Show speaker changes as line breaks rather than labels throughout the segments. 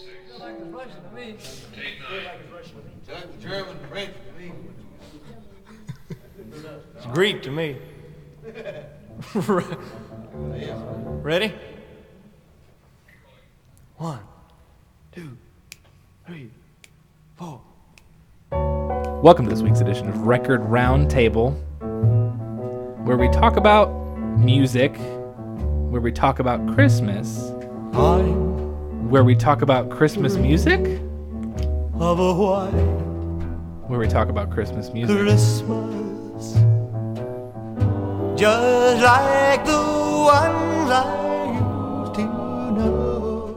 it's Russian to me.
Dutch, German, French, me.
It's Greek to me. Ready? One, two, three, four.
Welcome to this week's edition of Record Roundtable, where we talk about music, where we talk about Christmas,
I'm
where we talk about Christmas music,
of a white
where we talk about Christmas music.
Christmas, just like the ones I used to know.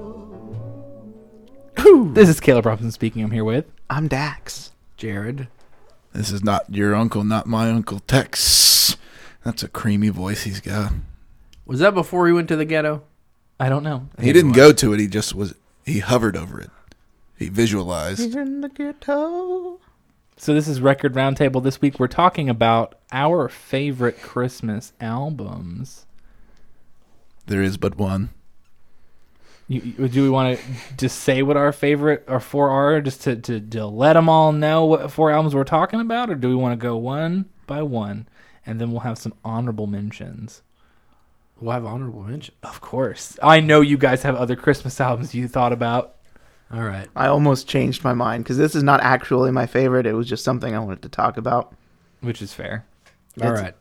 This is Caleb Robinson speaking. I'm here with.
I'm Dax. Jared.
This is not your uncle, not my uncle Tex. That's a creamy voice he's got.
Was that before he went to the ghetto?
I don't know.
He didn't go to it. He just was. He hovered over it. He visualized.
In the ghetto.
So this is Record Roundtable. This week we're talking about our favorite Christmas albums.
There is but one.
You, you- do we want to just say what our favorite or four are, just to, to to let them all know what four albums we're talking about, or do we want to go one by one, and then we'll have some honorable mentions?
We'll have honorable mention.
Of course, I know you guys have other Christmas albums you thought about.
All right.
I almost changed my mind because this is not actually my favorite. It was just something I wanted to talk about.
Which is fair.
All
It's-
right.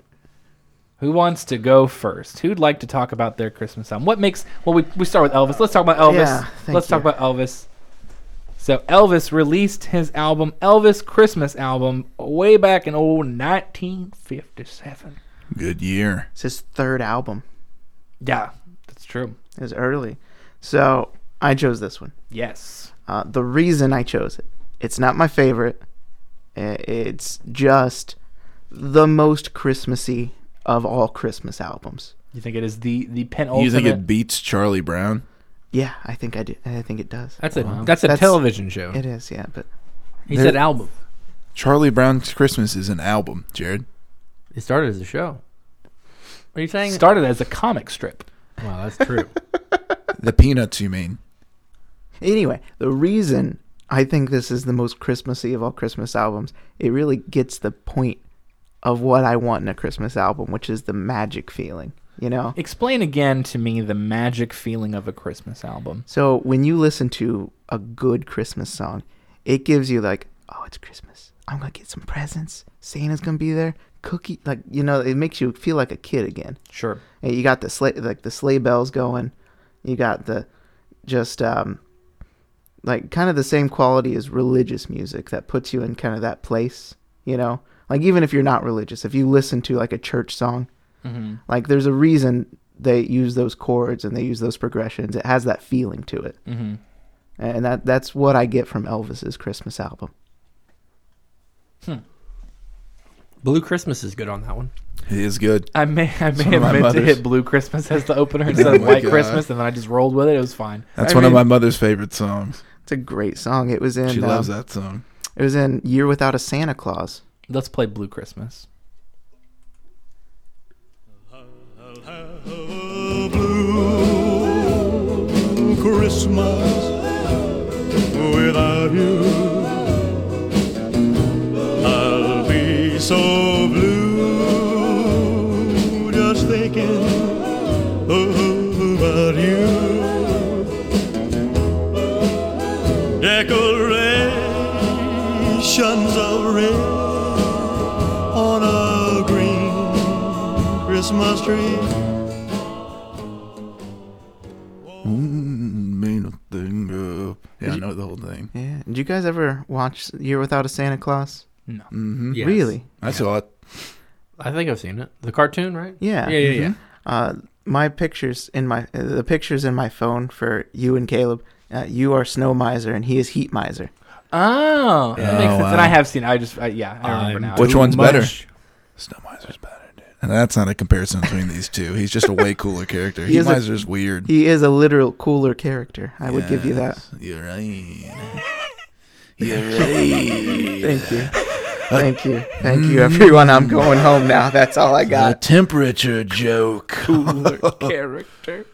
Who wants to go first? Who'd like to talk about their Christmas album? What makes well we we start with Elvis. Let's talk about Elvis.
Yeah, thank
Let's talk
you.
about Elvis. So Elvis released his album Elvis Christmas album way back in old 1957.
Good year.
It's his third album.
Yeah, that's true.
It was early. So I chose this one.
Yes.
Uh, the reason I chose it, it's not my favorite. I- It's just the most Christmassy of all Christmas albums.
You think it is the the penultimate?
You think it beats Charlie Brown?
Yeah, I think I do. I think it does.
That's a that's a
That's-
television show.
It is, yeah. But
he said album.
Charlie Brown's Christmas is an album, Jared.
It started as a show. What are you saying?
started as a comic strip.
wow, that's true.
The Peanuts, you mean?
Anyway, the reason I think this is the most Christmassy of all Christmas albums, it really gets the point of what I want in a Christmas album, which is the magic feeling, you know?
Explain again to me the magic feeling of a Christmas album.
So when you listen to a good Christmas song, it gives you like, oh, it's Christmas. I'm going to get some presents. Santa's going to be there. Cookie, like, you know, it makes you feel like a kid again.
Sure.
And you got the sleigh, like the sleigh bells going. You got the just um, like kind of the same quality as religious music that puts you in kind of that place. You know, like even if you're not religious, if you listen to like a church song,
Mm-hmm.
like there's a reason they use those chords and they use those progressions. It has that feeling to it, mm-hmm. and that that's what I get from Elvis's Christmas album.
Blue Christmas is good on that one.
It is good.
I may I may have
my
meant to
mother's. Oh
hit Blue Christmas as the opener instead of
my
White
God.
Christmas, and then I just rolled with it. It was fine.
That's
I
one of
mean-
my mother's favorite songs.
It's a great song. It was in
She loves
um,
that song.
it was in Year Without a Santa Claus.
Let's play Blue Christmas.
blue Christmas without you. I'll be so blue just thinking about you. Decorations of red on a green Christmas tree.
Mm, Made a thing up. Yeah, I know the whole thing.
Yeah. Did you guys ever watch Year Without a Santa Claus?
hmm
Yes.
Really?
I saw it.
I think I've seen it. The cartoon, right?
Yeah.
Yeah, yeah,
Mm-hmm.
yeah.
Uh, my pictures in my uh, the pictures in my phone for you and Caleb. Uh, you are snow miser and he is heat miser.
Oh, that makes
Oh,
sense. And I
wow.
have seen. it. I just I, yeah, I remember now.
Which
Too
one's
much.
better? Snowmiser's better, dude. And that's not a comparison between these two. He's just a way cooler character.
He
He
is a-
Miser's weird.
He is a literal cooler character. I would give you that.
You're right. You're right.
Thank you. Thank you. Thank you, everyone. I'm going home now. That's all I
A
got.
temperature joke.
character.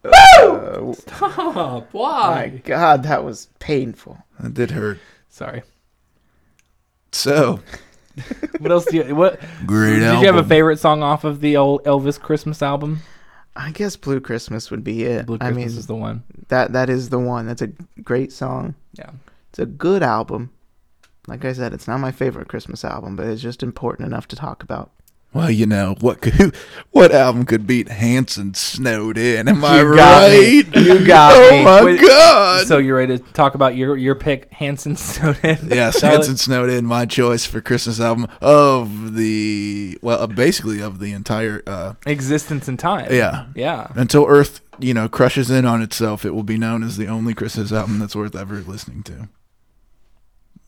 Woo!
Oh,
My
why?
God, that was painful.
That did hurt.
Sorry.
So
What else do you what?
great
Did
album.
you have a favorite song off of the old Elvis Christmas album?
I guess Blue Christmas would be it.
Blue
I
Christmas
mean,
is the one.
that that is the one. That's a great song.
Yeah.
It's a good album. Like I said, it's not my favorite Christmas album, but it's just important enough to talk about.
Well, you know what could what album could beat Hanson snowed in? Am I
You got me.
right?
You got
oh
me.
my
Wait,
god!
So you're ready to talk about your your pick, Hanson Soden?
yes,
Tyler?
Hanson snowed in. My choice for Christmas album of the well, uh, basically of the entire uh,
Existence in Time.
yeah.
Yeah.
Until Earth, you know, crushes in on itself, it will be known as the only Christmas album that's worth ever listening to.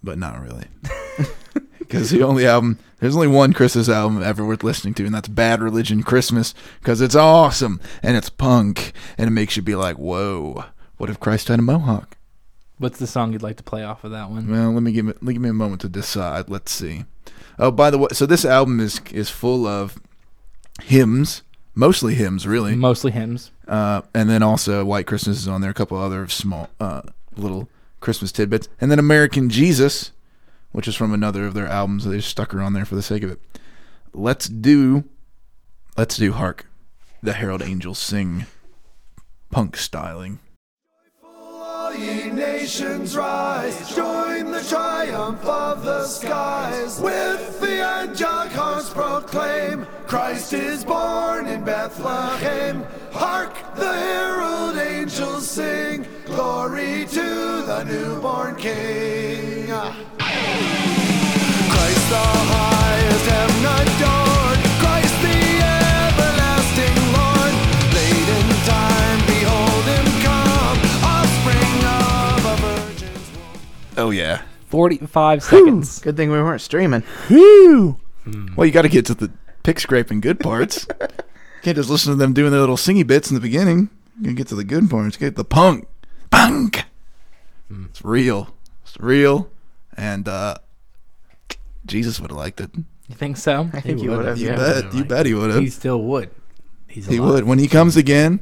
But not really. Because the only album, there's only one Christmas album ever worth listening to, and that's Bad Religion Christmas, because it's awesome and it's punk and it makes you be like, whoa, what if Christ had a mohawk?
What's the song you'd like to play off of that one?
Well, let me give me let give me a moment to decide. Let's see. Oh, by the way, so this album is is full of hymns, mostly hymns, really.
Mostly hymns.
Uh, and then also White Christmas is on there. A couple other small uh, little Christmas tidbits, and then American Jesus, which is from another of their albums. They just stuck her on there for the sake of it. Let's do, let's do. Hark, the Herald Angels sing, punk styling.
All ye nations rise, join the triumph of the skies. With the angelic hearts proclaim, Christ is born in Bethlehem. Hark, the herald angels sing, glory to the newborn King. Christ the highest heaven adored, Christ the everlasting Lord. Late in time, behold him come, offspring of a virgin's womb.
Oh yeah.
Forty five seconds.
Good thing we weren't streaming.
Well, you got to get to the pick scraping good parts. Can't just listen to them doing their little singy bits in the beginning. You gotta get to the good parts. Get the punk, punk.
Hmm.
It's real. It's real. And uh, Jesus would have liked it.
You think so?
I think you would have.
You
yeah.
bet. You bet he would
He
have.
still would. He's
He
alive.
would. When he comes again,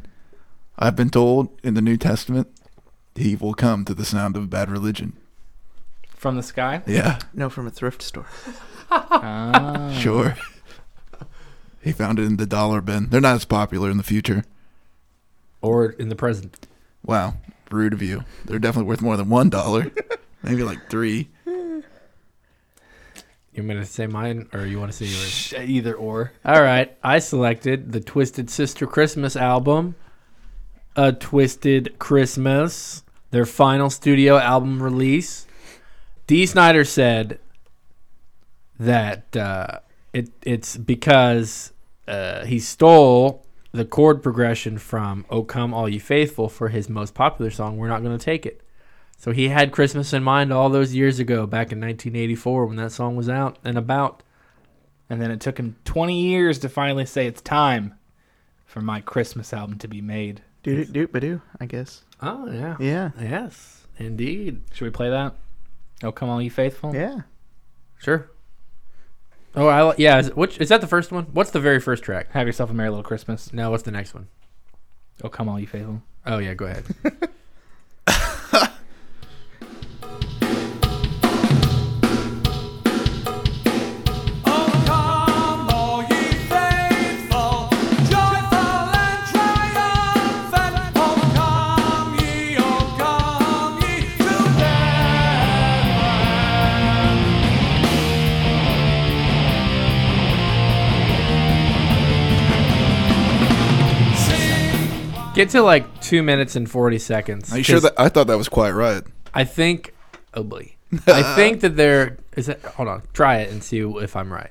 I've been told in the New Testament, he will come to the sound of bad religion.
From the sky?
Yeah,
No, from a thrift store.
Ah.
Hmm.
sure. he found it in the dollar bin. They're not as popular in the future.
Or in the present.
Wow, rude of you. They're definitely worth more than one dollar, maybe like three.
You want me to say mine or you want to say yours?
Either or.
All right. I selected the Twisted Sister Christmas album, A Twisted Christmas, their final studio album release. Dee Snyder said that uh, it it's because uh, he stole the chord progression from "O Come All Ye Faithful" for his most popular song. We're not going to take it. So he had Christmas in mind all those years ago, back in 1984 when that song was out and about.
And then it took him 20 years to finally say it's time for my Christmas album to be made.
Doot doot badoo, I guess.
Oh
Yeah.
Yes, indeed.
Should we play that? Oh, come on, you faithful.
Yeah.
Sure. Oh, I li- yeah. Is, which is that the first one? What's the very first track?
Have yourself a merry little Christmas.
No, what's the next one?
Oh, come on, you faithful.
Oh yeah, go ahead. Get to like two minutes and forty seconds.
Are you sure
'cause
that I thought that was quite right?
I think. Oh boy. I think that there is. That, hold on. Try it and see if I'm right.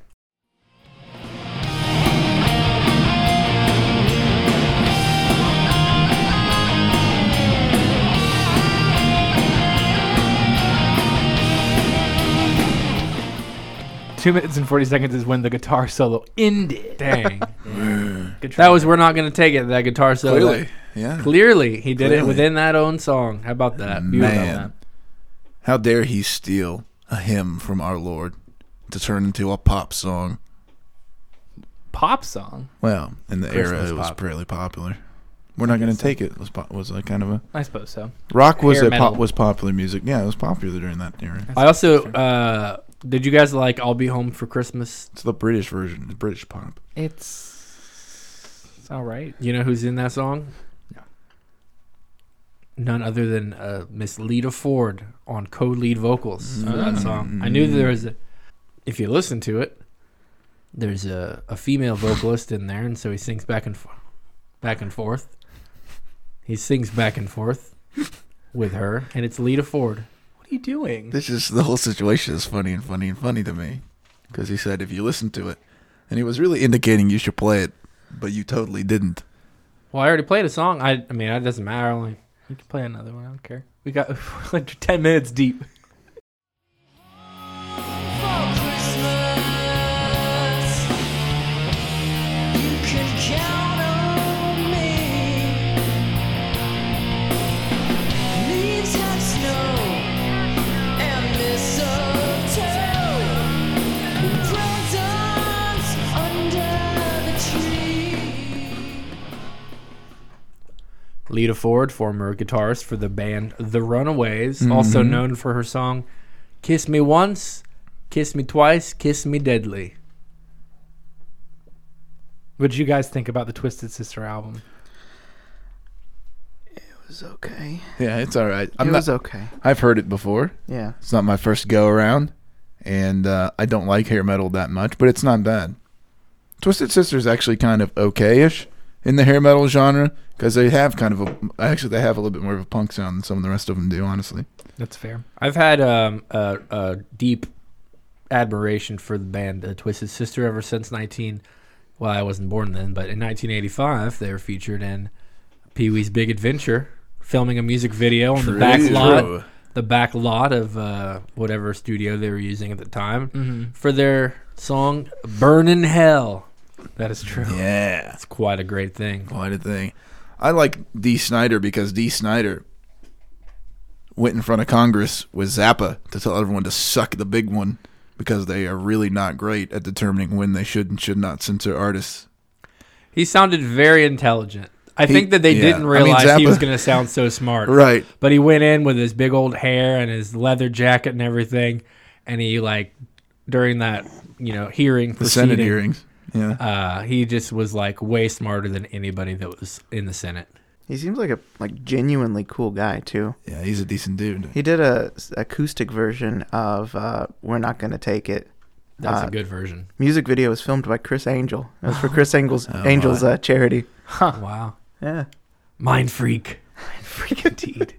Two minutes and 40 seconds is when the guitar solo ended.
Dang.
Good try.
that was. We're not gonna take it. That guitar solo.
Clearly, yeah.
Clearly, he did it
Clearly.
within that own song. How about that?
You were about
Man.
that.
How dare he steal a hymn from our Lord to turn into a pop song?
Pop song.
Well, in the
Christmas
era, it was
pop.
fairly popular. We're not going to take it. Was pop, was a kind of a
I suppose so.
rock was
Hair
a pop
metal.
was popular music. Yeah, it was popular during that era.
I also uh, did. You guys like "I'll Be Home for Christmas"?
It's the British version, the British pop.
It's it's all right.
You know who's in that song?
No.
None other than uh, Miss Lita Ford on co-lead vocals of that
Mm.
song. I knew there was a. If you listen to it, there's a, a female vocalist in there, and so he sings back and forth, back and forth. He sings back and forth with her, and it's Lita Ford.
What are you doing?
This is the whole situation is funny and funny and funny to me, because he said if you listen to it, and he was really indicating you should play it, but you totally didn't.
Well, I already played a song. I, I mean, it doesn't matter. I Only
You can play another one. I don't care. We got we're like ten minutes deep.
Lita Ford, former guitarist for the band The Runaways, also known for her song Kiss Me Once, Kiss Me Twice, Kiss Me Deadly.
What did you guys think about the Twisted Sister album?
It was okay.
Yeah, it's all right. I'm
it
not,
was okay.
I've heard it before.
Yeah.
It's not my first go around, and uh, I don't like hair metal that much, but it's not bad. Twisted Sister is actually kind of okay-ish in the hair metal genre because they have kind of a actually they have a little bit more of a punk sound than some of the rest of them do. Honestly,
That's fair.
I've had um, a, a deep admiration for the band uh, Twisted Sister ever since 19. Well, I wasn't born then, but in 1985, they were featured in Pee Wee's Big Adventure, filming a music video on the back lot, the back lot of uh, whatever studio they were using at the time.
Mm-hmm.
for their song "Burn in Hell."
That is true.
Yeah,
That's quite a great thing.
quite a thing. I like D. Snyder because D. Snyder went in front of Congress with Zappa to tell everyone to suck the big one because they are really not great at determining when they should and should not censor artists.
He sounded very intelligent. I
He-
think that they
yeah. I
didn't
mean,
realize he was
Zappa-
going to sound so smart.
Right.
But he went in with his big old hair and his leather jacket and everything, and he like during that you know hearing
The Senate
proceeding,
hearings. Yeah.
Uh, he just was like way smarter than anybody that was in the Senate.
He seems like a like genuinely cool guy too.
Yeah, he's a decent dude.
He did a s- acoustic version of uh, "We're Not Gonna Take It."
That's
Uh,
a good version.
Music video was filmed by Chris Angel. It was for Chris Angel's
Oh,
Angel's uh, charity.
Wow,
Yeah.
mind freak.
Freak indeed.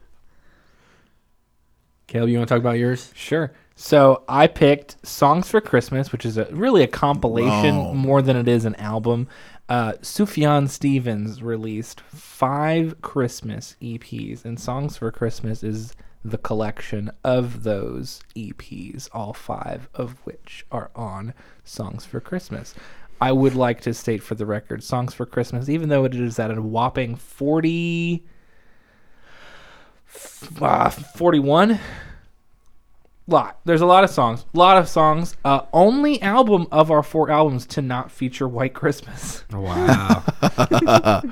Caleb, you want to talk about yours?
Sure. So I picked "Songs for Christmas," which is a, really a compilation
Wow.
more than it is an album. Uh, Sufjan Stevens released five Christmas EPs, and "Songs for Christmas" is the collection of those EPs, all five of which are on "Songs for Christmas." I would like to state for the record, "Songs for Christmas," even though it is at a whopping forty. f- Uh, 41 lot. There's a lot of songs. A lot of songs. Uh, only album of our four albums to not feature White Christmas.
Wow.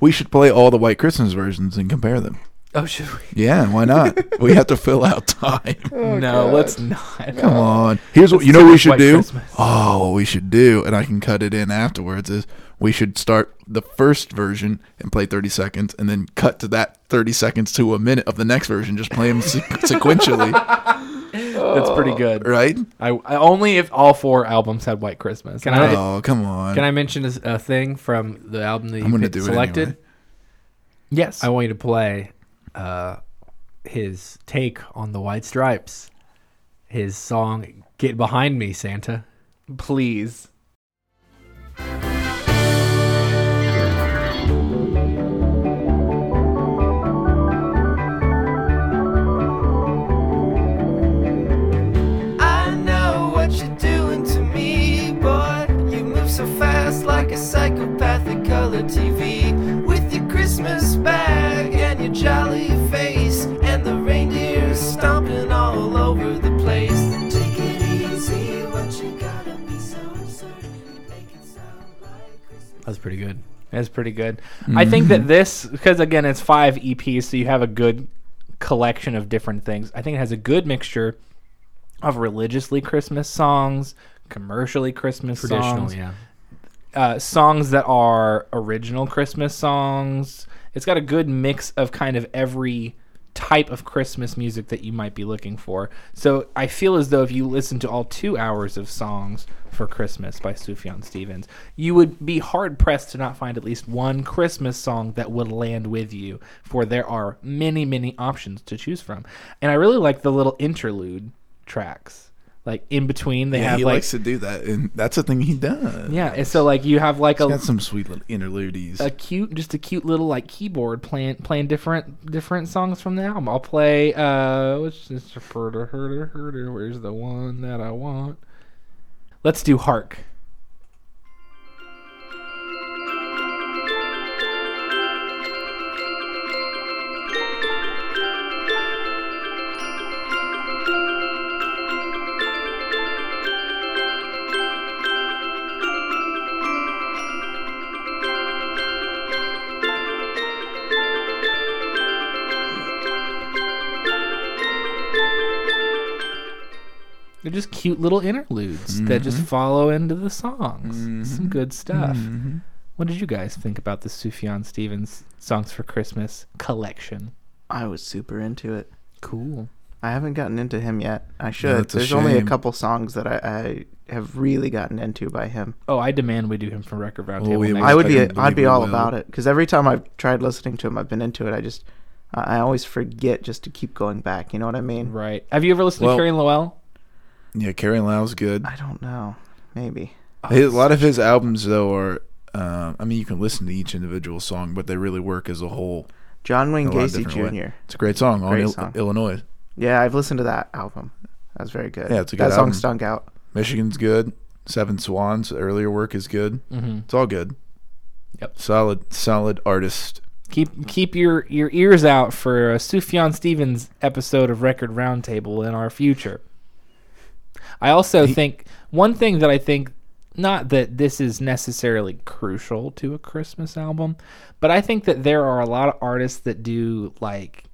We should play all the White Christmas versions and compare them.
Oh, should we?
Yeah, why not? we have to fill out time.
no, let's not.
Oh, Come on. Uh, Here's what you know
do
what we
this
should
White
do.
Christmas.
Oh, what we should do, and I can cut it in afterwards, is we should start the first version and play 30 seconds and then cut to that 30 seconds to a minute of the next version. Just play them sequentially,
That's pretty good.
right?
I, I only if all four albums had White Christmas.
Can
And
I-
don't-
Oh, come on.
Can I mention a, a thing from the album that you
I'm going to
picked-
do it
selected?
anyway.
Yes.
I want you to play uh, his take on the White Stripes, his song "Get Behind Me, Santa."
please.
I know what you're doing to me, boy. You move so fast like a psychopath at color TV. With your Christmas bag and your jolly face, and the reindeer stomping all over the place. Take it easy, what you gotta be so certain. Make it sound like Christmas.
That was pretty good.
It's pretty good. I think
Mm-hmm.
that this because again it's five EPs, so you have a good collection of different things. I think it has a good mixture of religiously Christmas songs, commercially Christmas
Traditional,
songs,
yeah.
uh, songs that are original Christmas songs. It's got a good mix of kind of every type of Christmas music that you might be looking for. So I feel as though if you listen to all two hours of songs for Christmas by Sufjan Stevens, you would be hard pressed to not find at least one Christmas song that would land with you, for there are many, many options to choose from. And I really like the little interlude tracks. Like in between, they
Yeah,
have
he
like
likes to do that, and that's a thing he does.
yeah, Uh, and so like you have like a
He's got some sweet little interludes.
a cute, just a cute little like keyboard playing playing different different songs from the album. I'll play uh, which is herder herder herder. Where's the one that I want? Let's do Hark. They're just cute little interludes that just follow into the songs. Some good stuff. What did you guys think about the Sufjan Stevens Songs for Christmas collection?
I was super into it.
Cool.
I haven't gotten into him yet. I should.
that's a
There's only a
shame.
couple songs that I, I have really gotten into by him.
Oh, I demand we do him from Record Roundtable.
Well, we
next.
I would be.
couldn't
I'd be
believe we
all
will.
about it because every time I've tried listening to him, I've been into it. I just, I I always forget just to keep going back. You know what I mean?
right. Have you ever listened
Well-
to Carrie Lowell?
yeah, Carrie Lau's good.
I don't know. Maybe.
His, a lot of his albums, though, are. Um, I mean, you can listen to each individual song, but they really work as a whole.
John Wayne
in a lot of
Gacy
different way.
Jr.
It's a great song on
Great
Il-
song.
Illinois.
Yeah, I've listened to that album. That was very good.
Yeah, it's a
That
good
song
album.
stunk out.
Michigan's good. Seven Swans earlier work is good. Mm-hmm. It's all good.
Yep.
Solid, solid artist.
Keep keep your, your ears out for a Sufjan Stevens episode of Record Roundtable in our future. I also think one thing that I think not that this is necessarily crucial to a Christmas album, but I think that there are a lot of artists that do like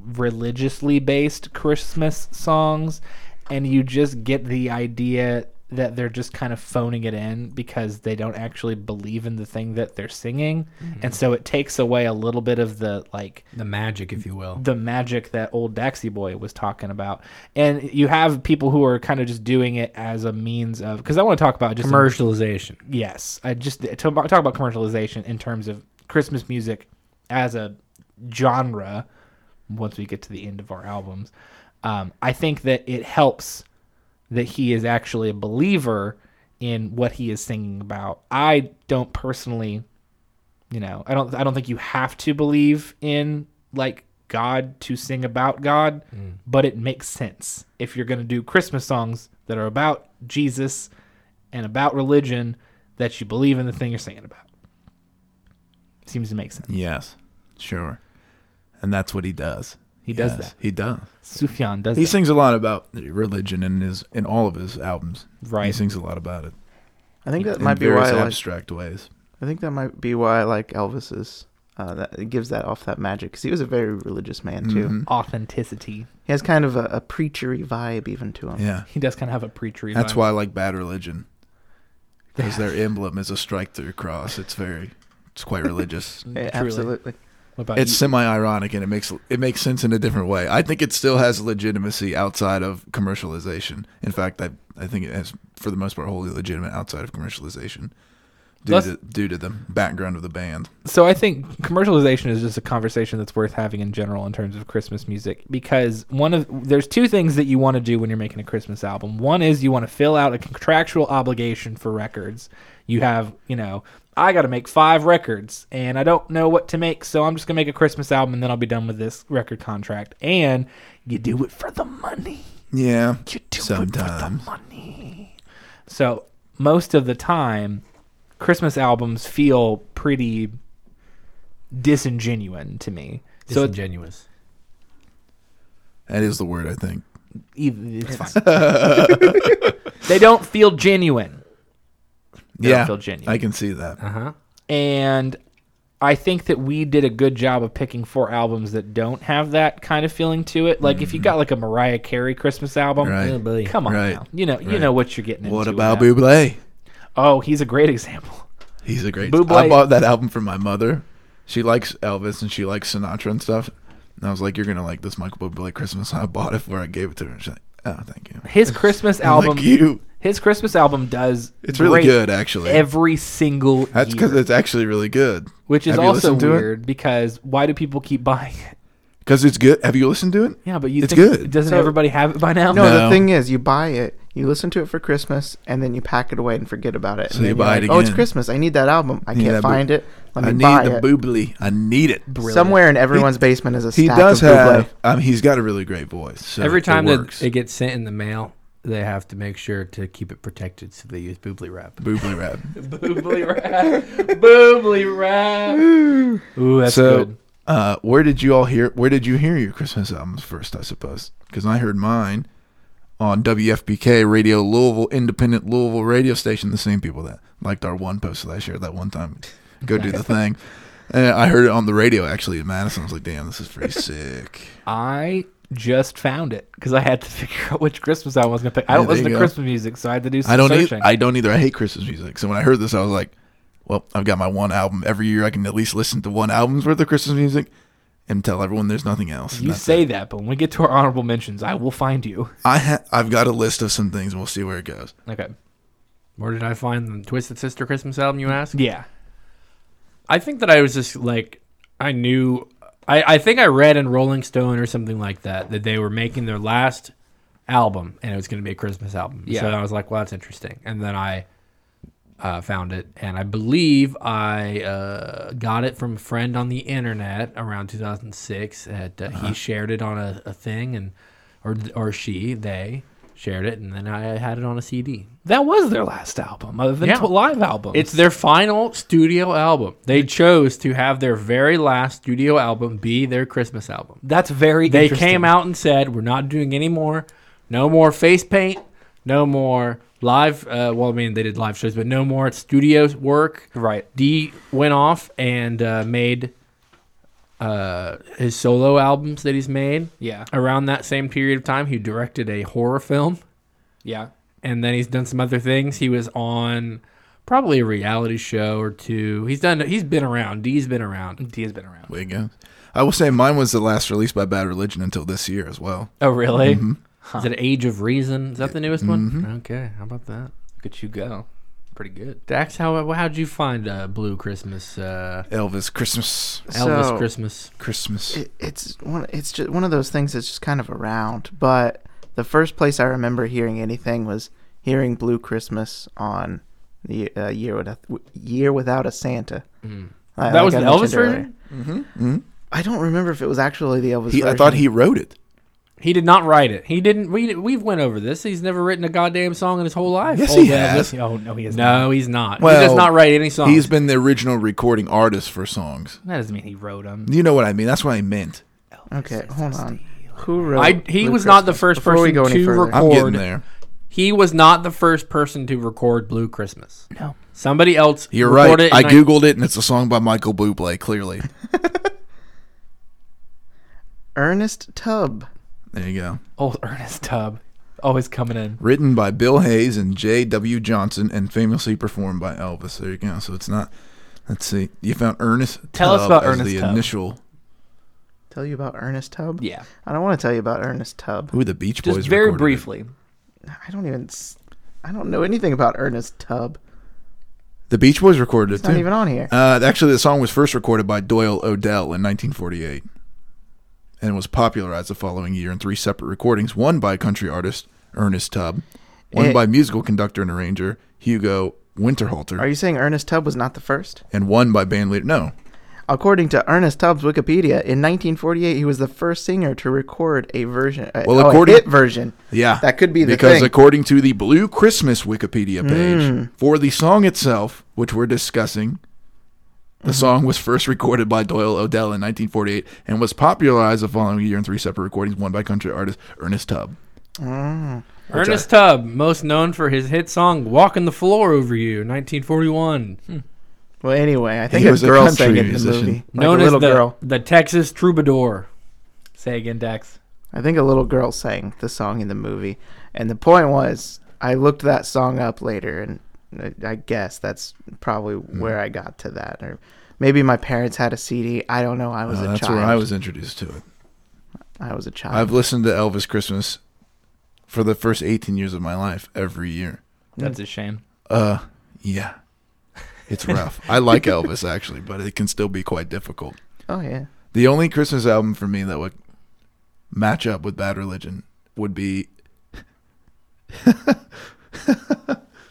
religiously based Christmas songs, and you just get the idea that they're just kind of phoning it in because they don't actually believe in the thing that they're singing. And so it takes away a little bit of the like
The magic, if you will.
the magic that old Daxie Boy was talking about. And you have people who are kind of just doing it as a means of because I want to talk about just
Commercialization.
yes, I just to talk about commercialization in terms of Christmas music as a genre. Once we get to the end of our albums, um, I think that it helps that he is actually a believer in what he is singing about. I don't personally you know i don't i don't think you have to believe in like god to sing about god but it makes sense if you're going to do christmas songs that are about jesus and about religion that you believe in the thing you're singing about seems to make sense
Yes, sure. And that's what he does.
He does that.
He does.
sufjan does
He
that.
sings a lot about religion in his in all of his albums. He
Right.
sings a lot about it.
I think that
in
might be why
various
I like.
abstract ways.
I think that might be why I like Elvis's. Uh, that it gives that off that magic because he was a very religious man too.
Mm-hmm.
authenticity
He has kind of a, a preachery vibe even to him.
Yeah.
he does kind of have a preacher
That's why I like Bad Religion. Because their emblem is a strike through cross. It's very it's quite religious.
Yeah,
Truly.
absolutely.
what about
It's
it's
semi ironic and it makes it makes sense in a different way. I think it still has legitimacy outside of commercialization. In fact, I I think it has for the most part wholly legitimate outside of commercialization. Due
Let's-
to, due to the background of the band.
so i think commercialization is just a conversation that's worth having in general in terms of christmas music because one of there's two things that you want to do when you're making a christmas album one is you want to fill out a contractual obligation for records you have you know i got to make five records and i don't know what to make so i'm just going to make a christmas album and then i'll be done with this record contract and you do it for the money
Yeah.
you do
Sometimes.
it for the money. So most of the time, Christmas albums feel pretty disingenuine to me. So it's,
Disingenuous.
That is the word I think.
eith- it's fine. they don't feel genuine. They
yeah.
don't feel genuine. Uh-huh.
I can see that.
Uh huh.
and I think that we did a good job of picking four albums that don't have that kind of feeling to it. Like if you got like a Mariah Carey Christmas album,
Mm-hmm. Right.
buddy.
come on,
Right.
now. you know you know what you're getting into.
What
with
about
that.
Buble?
Oh, he's a great example.
He's a great.
Buble-
I bought that album for my mother. She likes Elvis and she likes Sinatra and stuff. And I was like, "You're gonna like this Michael Bublé Christmas." I bought it for. her. I gave it to her. And she's like, "Oh, thank you."
His Christmas
I'm
album,
like you.
his Christmas album does
It's really
great
good, actually.
every single
That's
year,
because it's actually really good.
which is
Have you
also
listened to it?
weird because why do people keep buying it?
Because it's good. Have you listened to it?
Yeah, but you
It's
think
good.
Doesn't
So-
everybody have it by now?
No,
No.
the thing is, you buy it, you listen to it for Christmas, and then you pack it away and forget about it.
So
And
you
then
buy
you're
it
like, Oh, it's
again.
Christmas. I need that album. I
Need that
can't
bu-
find it. Let me
I
buy
need the
it.
Bublé. I need it.
Somewhere in everyone's basement is a
He
stack
does
of Buble.
have. Um, he's got a really great voice. So
Every time
it
that
works.
it gets sent in the mail, they have to make sure to keep it protected, so they use Boobly Wrap.
Bublé rap.
Boobly rap. Boobly rap. Ooh, that's
so,
good.
uh, where did you all hear? Where did you hear your Christmas albums first? I suppose because I heard mine on WFBK Radio Louisville, independent Louisville radio station. The same people that liked our one post that I shared that one time. Go do the thing. And I heard it on the radio actually in Madison. I was like, damn, this is pretty sick.
I just found it because I had to figure out which Christmas album I was going to pick. I don't
there
listen
you
to
go.
Christmas music, so I had to do some
I don't.
searching.
Either, I don't either. I hate Christmas music. So when I heard this, I was like, well, I've got my one album every year. I can at least listen to one album's worth of Christmas music. And tell everyone there's nothing else. and
you
that's
say
it.
that, but when we get to our honorable mentions, I will find you.
I ha- I've got a list of some things. and We'll see where it goes.
Okay.
Where did I find the Twisted Sister Christmas album? You ask.
Yeah.
I think that I was just like I knew I, I think I read in Rolling Stone or something like that that they were making their last album and it was going to be a Christmas album.
Yeah.
So I was like, well, that's interesting. And then I uh, found it and I believe I uh, got it from a friend on the internet around 2006. At, uh, He shared it on a, a thing and or or she they shared it and then I had it on a CD.
That was their last album, other than
Yeah.
to- live album.
It's their final studio album. They chose to have their very last studio album be their Christmas album.
That's very
They
interesting.
came out and said, "We're not doing any more, no more face paint, no more live. Uh, well, I mean, they did live shows, but no more studio work."
Right.
D went off and uh, made uh, his solo albums that he's made.
Yeah.
Around that same period of time, he directed a horror film
Yeah.
and then he's done some other things. He was on probably a reality show or two. He's done. He's been around. D's been around.
D has been around.
Way it goes. I will say mine was the last released by Bad Religion until this year as well.
Oh, really?
Is it Age of Reason? Is that the newest one? Okay, how about that?
Look at you go. Pretty good.
Dax, how how'd you find uh, Blue Christmas? Uh,
Elvis Christmas.
Elvis
So-
Christmas.
Christmas.
it, it's one it's just one of those things that's just kind of around but the first place i remember hearing anything was hearing blue christmas on the uh, year without year without a santa Uh,
Mm. That
like
was
I
the
mentioned
Elvis
earlier.
version.
i don't remember if it was actually the elvis
He, I
version
thought he wrote it.
He did not write it. He didn't. We we've went over this. He's never written a goddamn song in his whole life.
Yes,
Old
he has.
Elvis.
Oh, no, he has not.
No, he's not. he does
Well,
not write any songs.
He's been the original recording artist for songs.
That doesn't mean he wrote them.
You know what I mean? That's what I meant.
okay hold on who wrote
I, he
Blue
was not the
Christmas?
first
Before we
person
go any
to
further.
record.
I'm getting there.
He was not the first person to record Blue Christmas.
No.
Somebody else.
You're right.
recorded it
I
in
googled it, and it's a song by Michael Bublé. Clearly,
ernest tubb
there you go.
Oh,
Old Ernest Tubb. Always coming in.
Written by Bill Hayes and J. W. Johnson, and famously performed by Elvis. There you go. So it's not. Let's see. You found Ernest.
Tell us
Tubb
about
as
Ernest
the
Tubb.
initial.
tell you about ernest tubb
Yeah.
i don't want to tell you about ernest tubb
Who the Beach Boys?
Just very
recorded it.
briefly.
i don't even s- i don't know anything about ernest tubb
The Beach Boys recorded
it's
it too.
not even on here
Uh, actually, the song was first recorded by Doyle Odell in 1948 and was popularized the following year in three separate recordings one by country artist Ernest Tubb, one
Eh.
by musical conductor and arranger Hugo
are
Winterhalter,
you saying ernest tubb was not the first
and one by bandleader. No.
According to Ernest Tubbs' Wikipedia, in 1948, he was the first singer to record a version, a,
Well,
oh, a
according-
hit version.
Yeah.
That could be the
Because
thing. Hmm.
according to the Blue Christmas Wikipedia page, for the song itself, which we're discussing,
Mm-hmm.
the song was first recorded by Doyle Odell in 1948 and was popularized the following year in three separate recordings, one by country artist Ernest Tubb.
Ernest
Hmm.
Tubb, most known for his hit song "Walking the Floor Over You" 1941.
Well, anyway, I think
He
a
was a
girl
country
sang it in the
musician.
movie. Like
Known
a
as
little
the,
girl.
the Texas Troubadour. Say again, Dax.
I think a little girl sang the song in the movie. And the point was, I looked that song up later, and I- I guess that's probably
Hmm.
where I got to that. Or maybe my parents had a CD. I don't know. I was
Uh,
a
that's
child.
where I was introduced to it.
I was a child.
I've listened to Elvis Christmas for the first 18 years of my life every year.
That's
Hmm.
a shame.
Uh, yeah. It's rough. I like Elvis actually, but it can still be quite difficult.
oh, yeah.
The only Christmas album for me that would match up with Bad Religion would be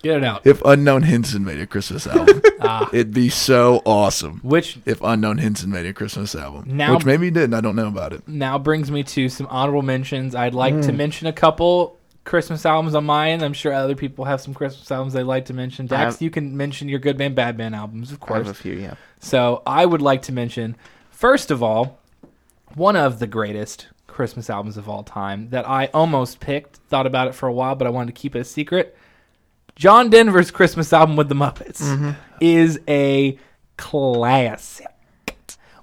Get it out.
if Unknown Henson made a Christmas album.
Ah.
It'd be so awesome
Which
if Unknown Henson made a Christmas album.
Now-
which maybe he didn't. I don't know about it.
now brings me to some honorable mentions. I'd like
Mm.
to mention a couple Christmas albums on mine. I'm sure other people have some Christmas albums they'd like to mention. Dax,
have-
you can mention your Good Man Bad Man albums, of
I have
course.
a few, yeah.
So I would like to mention, first of all, one of the greatest Christmas albums of all time that I almost picked. Thought about it for a while, but I wanted to keep it a secret. John Denver's Christmas album with the Muppets
Mm-hmm.
is a classic.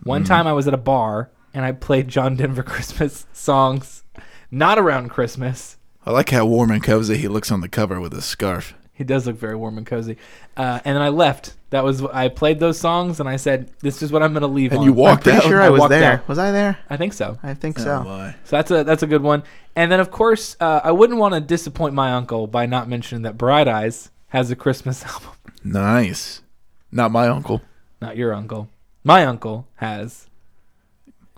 One
Mm.
time I was at a bar and I played John Denver Christmas songs, not around Christmas.
I like how warm and cozy he looks on the cover with his scarf.
He does look very warm and cozy. Uh, and then I left. That was I played those songs and I said, "This is what I'm going to leave."
And
on.
you walked
Pretty
out.
sure I
I
was
walked
there.
out.
Was I there?
I think so.
I think
Oh,
so.
boy.
So that's a that's a good one. And then of course, uh, I wouldn't want to disappoint my uncle by not mentioning that Bright Eyes has a Christmas album.
Nice. Not my uncle.
Not your uncle. My uncle has.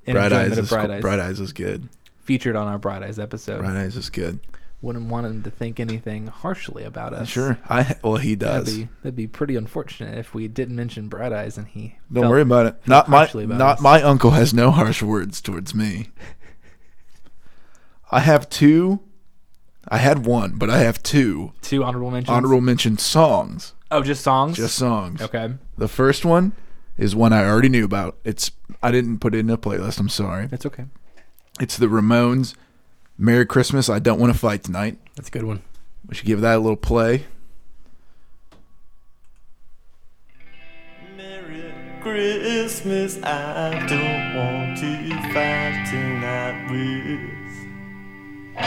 an
Bright
enjoyment
eyes,
of
is
Bright
cool.
Eyes
Bright eyes is good.
featured on our Bright Eyes episode.
Bright eyes is good.
Wouldn't want him to think anything harshly about us.
Sure. I well he
That'd
does.
be, that'd be pretty unfortunate if we didn't mention Bright Eyes and he.
Don't
felt-
worry about it. Not my
harshly about
not
us.
my uncle has no harsh words towards me. I have two. I had one, but I have two
Two honorable mentions.
honorable mention songs.
Oh, just songs.
Just songs.
Okay,
The first one is one I already knew about. It's I didn't put it in a playlist. I'm sorry.
that's okay.
It's the Ramones. Merry Christmas. I don't want to fight tonight.
That's a good one.
We should give that a little play.
Merry Christmas, I don't want to fight tonight with.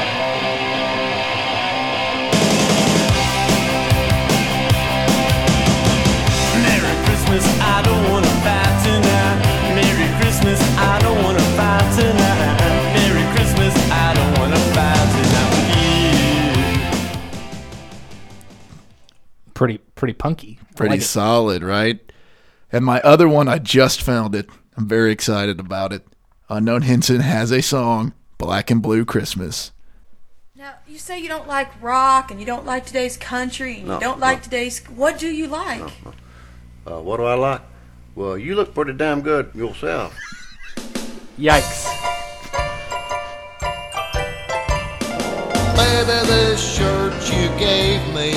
Merry Christmas, I don't wanna fight tonight. Merry Christmas, I don't wanna fight tonight. Merry Christmas, I don't wanna fight tonight with you.
Pretty pretty punky. I
Pretty
like it.
solid, right? And my other one, I just found it. I'm very excited about it. Unknown Henson has a song, Black and Blue Christmas.
Now, you say you don't like rock and you don't like today's country and you don't like today's. What do you like?
Uh, what do I like? Well, you look pretty damn good yourself.
Yikes!
Baby, this shirt you gave me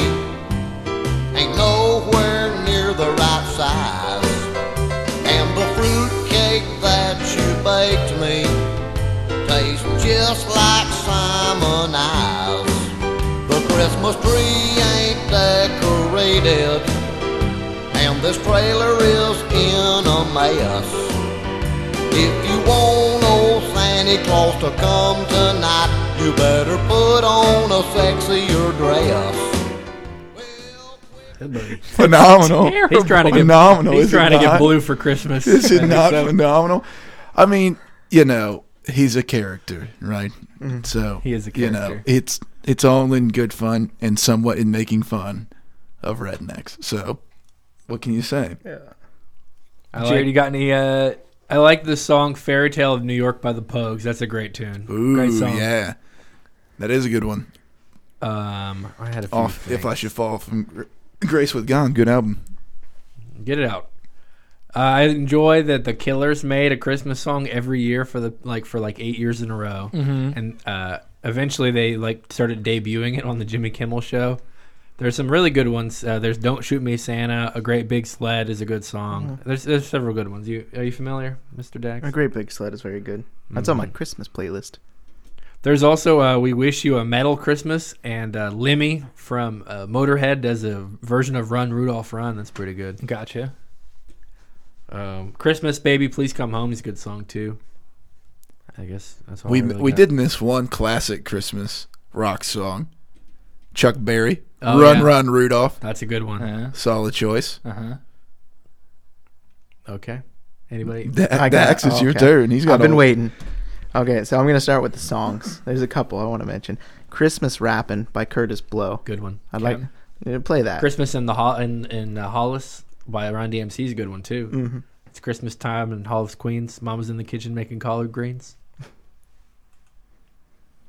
ain't nowhere near the right size. And the fruitcake that you baked me tastes just like Simon Eyes. The Christmas tree ain't decorated, and this trailer is in a mess. If you want old Santa Claus to come tonight, you better put on a sexier dress.
Phenomenal.
He's trying to get
Phenomenal,
He's
is it
trying to
not?
get blue for Christmas.
Is
I
it
think
not
so.
phenomenal? I mean, you know, he's a character, right?
Mm-hmm.
So
He is a
You know,
character.
it's it's all in good fun and somewhat in making fun of rednecks. So, what can you say?
Jared, you got any? Uh,
I like the song "Fairy Tale of New York" by the Pogues. That's a great tune.
Ooh,
great song.
yeah, that is a good one.
Um, I had a few
Off if
things.
I should fall from Gr- Grace with God, good album.
Get it out. Uh, I enjoy that the Killers made a Christmas song every year for the like for like eight years in a row, and uh, eventually they like started debuting it on the Jimmy Kimmel Show. There's some really good ones. Uh, there's "Don't Shoot Me, Santa." "A Great Big Sled" is a good song. There's there's several good ones. You are you familiar, Mr. Dax?
A Great Big Sled is very good. That's on my
Mm-hmm.
Christmas playlist.
There's also uh, "We Wish You a Metal Christmas" and uh, Lemmy from uh, Motorhead does a version of "Run Rudolph Run." That's pretty good.
gotcha.
Um, Christmas Baby, Please Come Home is a good song, too. I guess that's all
we
I really
we
got.
did miss one classic Christmas rock song, Chuck Berry,
Oh,
Run
yeah.
Run Rudolph.
That's a good one.
Uh-huh.
Solid choice.
Uh-huh.
Okay. Anybody?
I
Da-
got-
Dax, it's
oh,
your
okay.
turn. He's got.
I've been
a-
waiting. Okay, so I'm gonna start with the songs. There's a couple I want to mention. Christmas Rappin' by Curtis Blow.
Good one.
I'd like to play that.
Christmas in the Hol- in, in uh, Hollis by Ron DMC is a good one too. It's Christmas time in Hollis, Queens. Mama's in the kitchen making collard greens.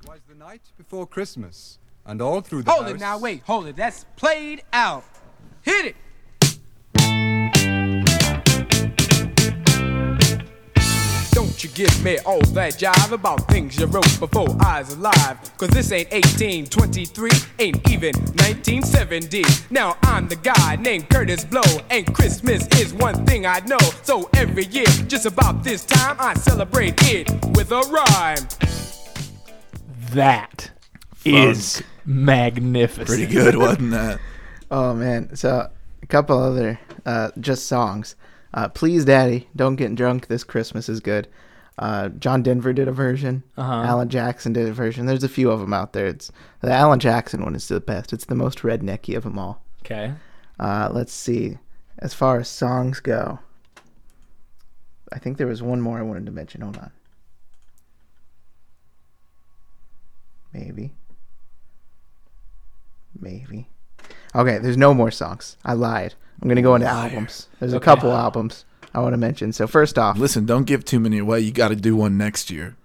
was the night before Christmas, and all through the
Hold
house.
it now, wait, hold it. That's played out. Hit it. Don't you give me all that jive about things you wrote before I was alive. Cause this ain't 1823, ain't even 1970. Now I'm the guy named Curtis Blow, and Christmas is one thing I know. So every year, just about this time, I celebrate it with a rhyme.
That is magnificent.
Pretty good, wasn't that?
Oh man, so a couple other uh, just songs. Uh, Please, Daddy, don't get drunk this Christmas is good. Uh, John Denver did a version.
Uh-huh.
Alan Jackson did a version. There's a few of them out there. It's the Alan Jackson one is the best. It's the most rednecky of them all.
Okay.
Uh, let's see. As far as songs go, I think there was one more I wanted to mention. Hold on. Maybe. Maybe. Okay, there's no more songs. I lied. I'm going to go into albums. There's a
Okay.
couple albums I want to mention. So, first off,
Listen, don't give too many away. You got to do one next year,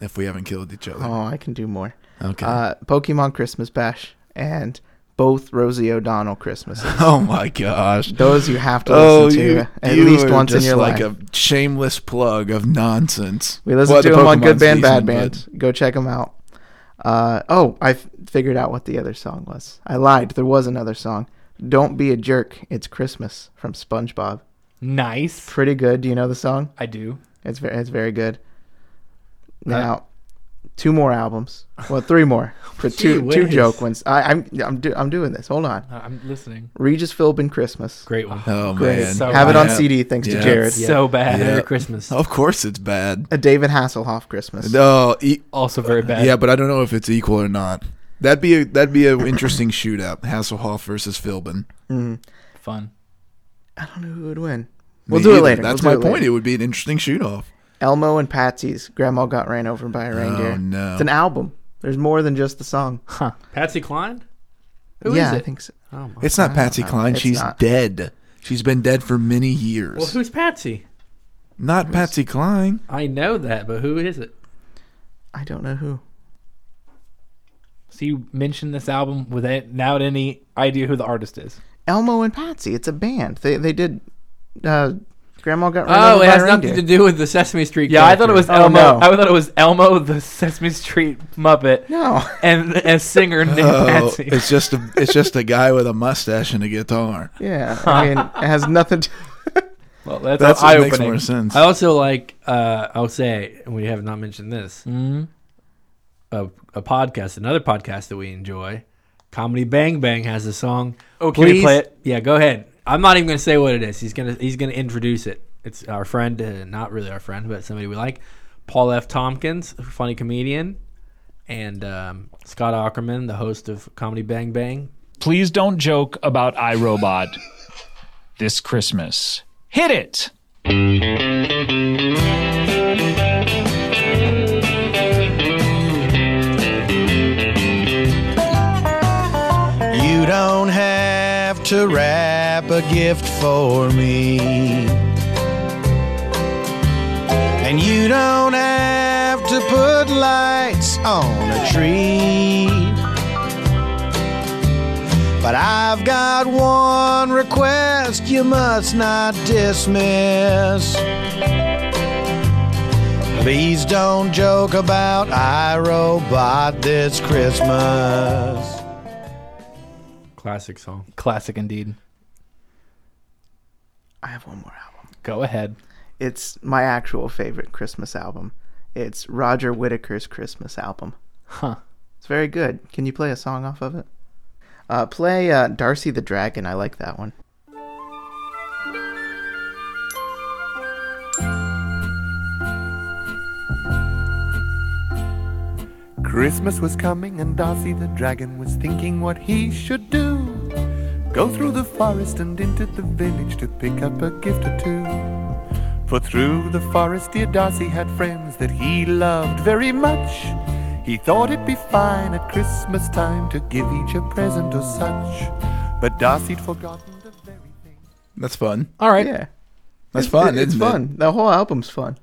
if we haven't killed each other.
oh, I can do more.
Okay.
Uh, Pokemon Christmas Bash and both Rosie O'Donnell Christmases.
oh my gosh.
Those Oh, you have to listen to at least
Oh, are
once in
just
your
like
life.
a shameless plug of nonsense.
We listen
Well,
to
the
them on
Pokemon
Good Band, Bad
season,
Band. Go check them out. Uh, oh, I f- figured out what the other song was. I lied. There was another song. Don't Be a Jerk, It's Christmas from SpongeBob.
Nice.
Pretty good. Do you know the song?
I do.
It's, ve- it's very good. Now, two more albums. Well, three more. For
Gee
two, two
whiz.
joke ones. I, I'm, I'm, do, I'm doing this. Hold on.
I- I'm listening.
Regis Philbin Christmas.
Great one.
but- Oh
Great.
man.
So
Have it on
Yeah.
CD, thanks
Yeah.
to Jared.
So bad.
Yeah.
Merry Christmas.
Of course, it's bad.
A David Hasselhoff Christmas.
No, e-
Also very bad.
yeah, but I don't know if it's equal or not. That'd be a, that'd be an interesting shootout. Hasselhoff versus Philbin.
Fun.
I don't know who would win.
Me
We'll do it
either.
later.
That's my
We'll do it later.
point. It would be an interesting shoot off.
Elmo and Patsy's Grandma Got Ran Over by a Reindeer.
no.
It's an album. There's more than just the song.
Patsy Cline. Who is
yeah, I
it?
think so.
Oh my.
It's not Patsy Cline.
It's
She's
not.
dead. She's been dead for many years.
Well, who's Patsy?
not Patsy Cline.
I know that, but who is it?
I don't know who.
So you mentioned this album without, without any idea who the artist is.
Elmo and Patsy. It's a band. They they did. Uh, Grandma Got Ran
Oh,
Over
it
by
has
a
nothing
Reindeer.
to do with the Sesame Street.
Yeah, I thought it was
character.
Oh,
Elmo.
no.
I thought it was Elmo, the Sesame Street Muppet,
No.
and a singer named
Oh,
Patsy.
it's just a it's just a guy with a mustache and a guitar.
Yeah, I mean, it has nothing to.
Well, that's,
That's
eye
what makes
opening.
more sense.
I also like. Uh, I'll say and we have not mentioned this.
Mm-hmm.
A, a podcast, another podcast that we enjoy, Comedy Bang Bang has a song.
Oh, can we play it?
Yeah, go ahead. I'm not even going to say what it is. He's gonna he's gonna introduce it. It's our friend, uh, not really our friend, but somebody we like, Paul F. Tompkins, a funny comedian, and um, Scott Ackerman, the host of Comedy Bang Bang.
Please don't joke about iRobot this Christmas. Hit it!
You don't have to wrap a gift for me. And you don't have to put lights on a tree. But I've got one request you must not dismiss. Please don't joke about iRobot this Christmas.
Classic song.
Classic indeed.
I have one more album.
Go ahead.
It's my actual favorite Christmas album. It's Roger Whittaker's Christmas album.
Huh.
It's very good. Can you play a song off of it? Uh, play uh, Darcy the Dragon. I like that one.
Christmas was coming, and Darcy the dragon was thinking what he should do. Go through the forest and into the village to pick up a gift or two. For through the forest, dear Darcy had friends that he loved very much. He thought it'd be fine at Christmas time to give each a present or such. But Darcy'd forgotten the
That's fun.
All right.
Yeah.
That's
It's-
fun.
it- it's
isn't it?
fun. The whole album's fun.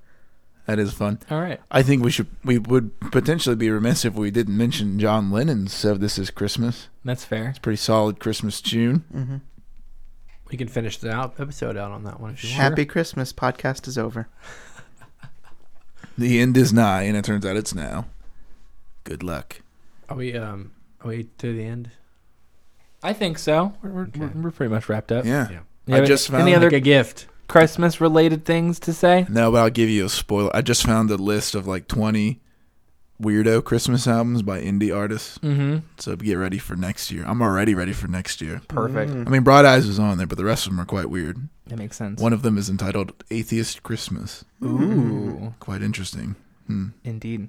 That is fun.
All right.
I think we should. We would potentially be remiss if we didn't mention John Lennon's "So This Is Christmas."
That's fair.
It's a pretty solid Christmas tune.
Mhm.
We can finish the out- episode out on that one. If you
Happy Christmas. Podcast is over.
The end is nigh, and it turns out it's now. Good luck.
Want. Are we um? Are we to the end?
I think so. We're, we're, we're- we're pretty much wrapped up.
Yeah.
You
I
have
just
any,
found-
any other
Like a
gift Christmas related things to say.
No, but I'll give you a spoiler. I just found a list of like 20 weirdo Christmas albums by indie artists.
Mhm.
So get ready for next year. I'm already ready for next year.
Perfect. Mm.
I mean, Broad Eyes was on there, but the rest of them are quite weird.
That makes sense.
One of them is entitled Atheist Christmas.
Ooh.
Quite interesting. Hmm.
Indeed.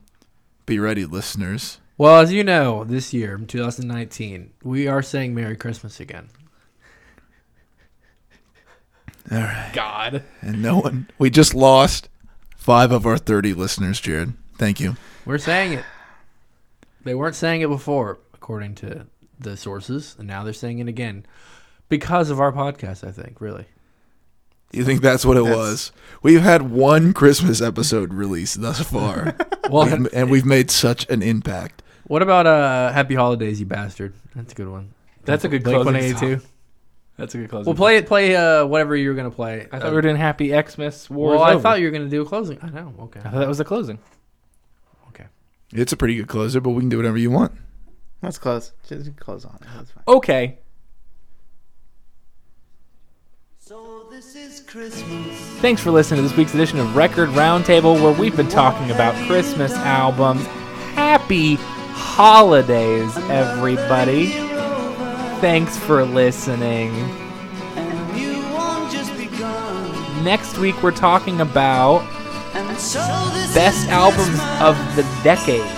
Be ready, listeners.
Well, as you know, this year, 2019, we are saying Merry Christmas again.
All right.
God.
And no one. We just lost five of our 30 listeners, Jared. Thank you.
We're saying it. They weren't saying it before, according to the sources, and now they're saying it again because of our podcast, I think, really.
You think that's what it was? We've had one Christmas episode released thus far,
Well,
We've- and we've made such an impact.
What about uh Happy Holidays, you bastard? That's a good one.
That's a good
Blink
closing
182.
song. That's a good closing
Well, play it. Play uh whatever you're gonna play. Uh,
I thought we were doing Happy Xmas. Oh. War
Well,
is
I
over.
thought you were gonna do a closing. I know. Okay.
I thought that was the closing.
It's a pretty good closer, but we can do whatever you want.
Let's close. Just close on. it. That's fine.
Okay. Thanks for listening to this week's edition of Record Roundtable, where we've been talking about Christmas albums. Happy holidays, everybody. Thanks for listening. Next week, we're talking about
And so this
best albums of the decade.